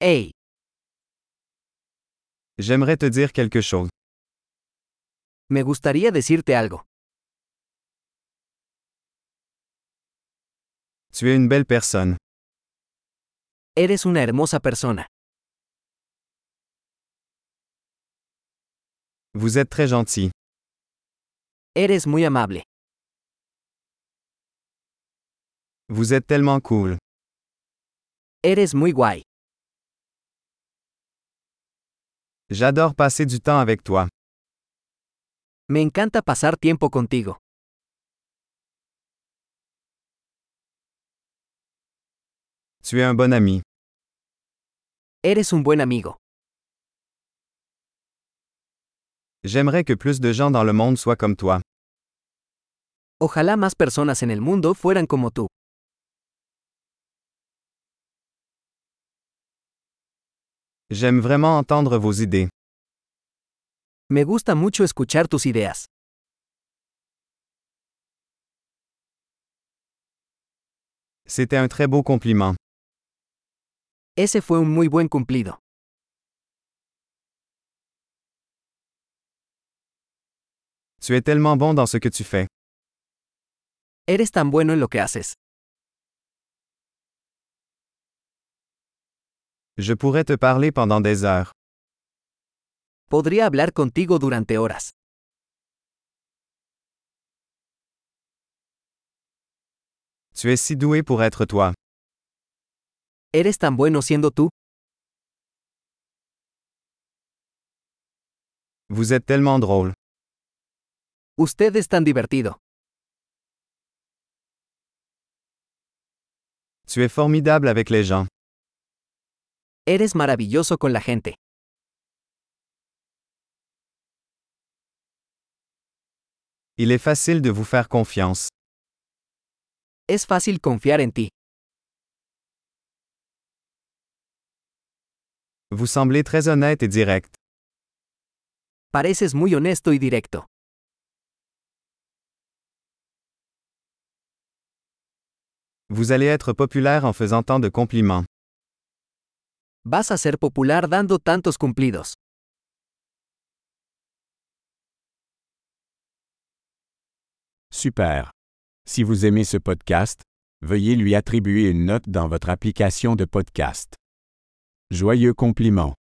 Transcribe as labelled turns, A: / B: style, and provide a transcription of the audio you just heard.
A: Hey,
B: J'aimerais te dire quelque chose.
A: me gustaría decirte algo.
B: Tu es une belle personne.
A: Eres una hermosa persona.
B: Vous êtes très gentil.
A: Eres muy amable.
B: Vous êtes tellement cool.
A: Eres muy guay.
B: J'adore passer du temps avec toi.
A: Me encanta pasar tiempo contigo.
B: Tu es un bon ami.
A: Eres un buen amigo.
B: J'aimerais que plus de gens dans le monde soient comme toi.
A: Ojalá más personas en el mundo fueran como tú.
B: J'aime vraiment entendre vos idées.
A: Me gusta mucho escuchar tus ideas.
B: C'était un très beau compliment.
A: Ese fue un muy buen cumplido.
B: Tu es tellement bon dans ce que tu fais.
A: Eres tan bueno en lo que haces.
B: Je pourrais te parler pendant des heures.
A: Podría hablar contigo durante horas.
B: Tu es si doué pour être toi.
A: Eres tan bueno siendo tú.
B: Vous êtes tellement drôle.
A: Usted es tan divertido.
B: Tu es formidable avec les gens.
A: Eres maravilloso con la gente.
B: Il est facile de vous faire confiance.
A: Es fácil confiar en ti.
B: Vous semblez très honnête et direct.
A: Pareces muy honesto y directo.
B: Vous allez être populaire en faisant tant de compliments.
A: Vas a ser popular dando tantos cumplidos.
C: Super. Si vous aimez ce podcast, veuillez lui attribuer une note dans votre application de podcast. Joyeux compliment.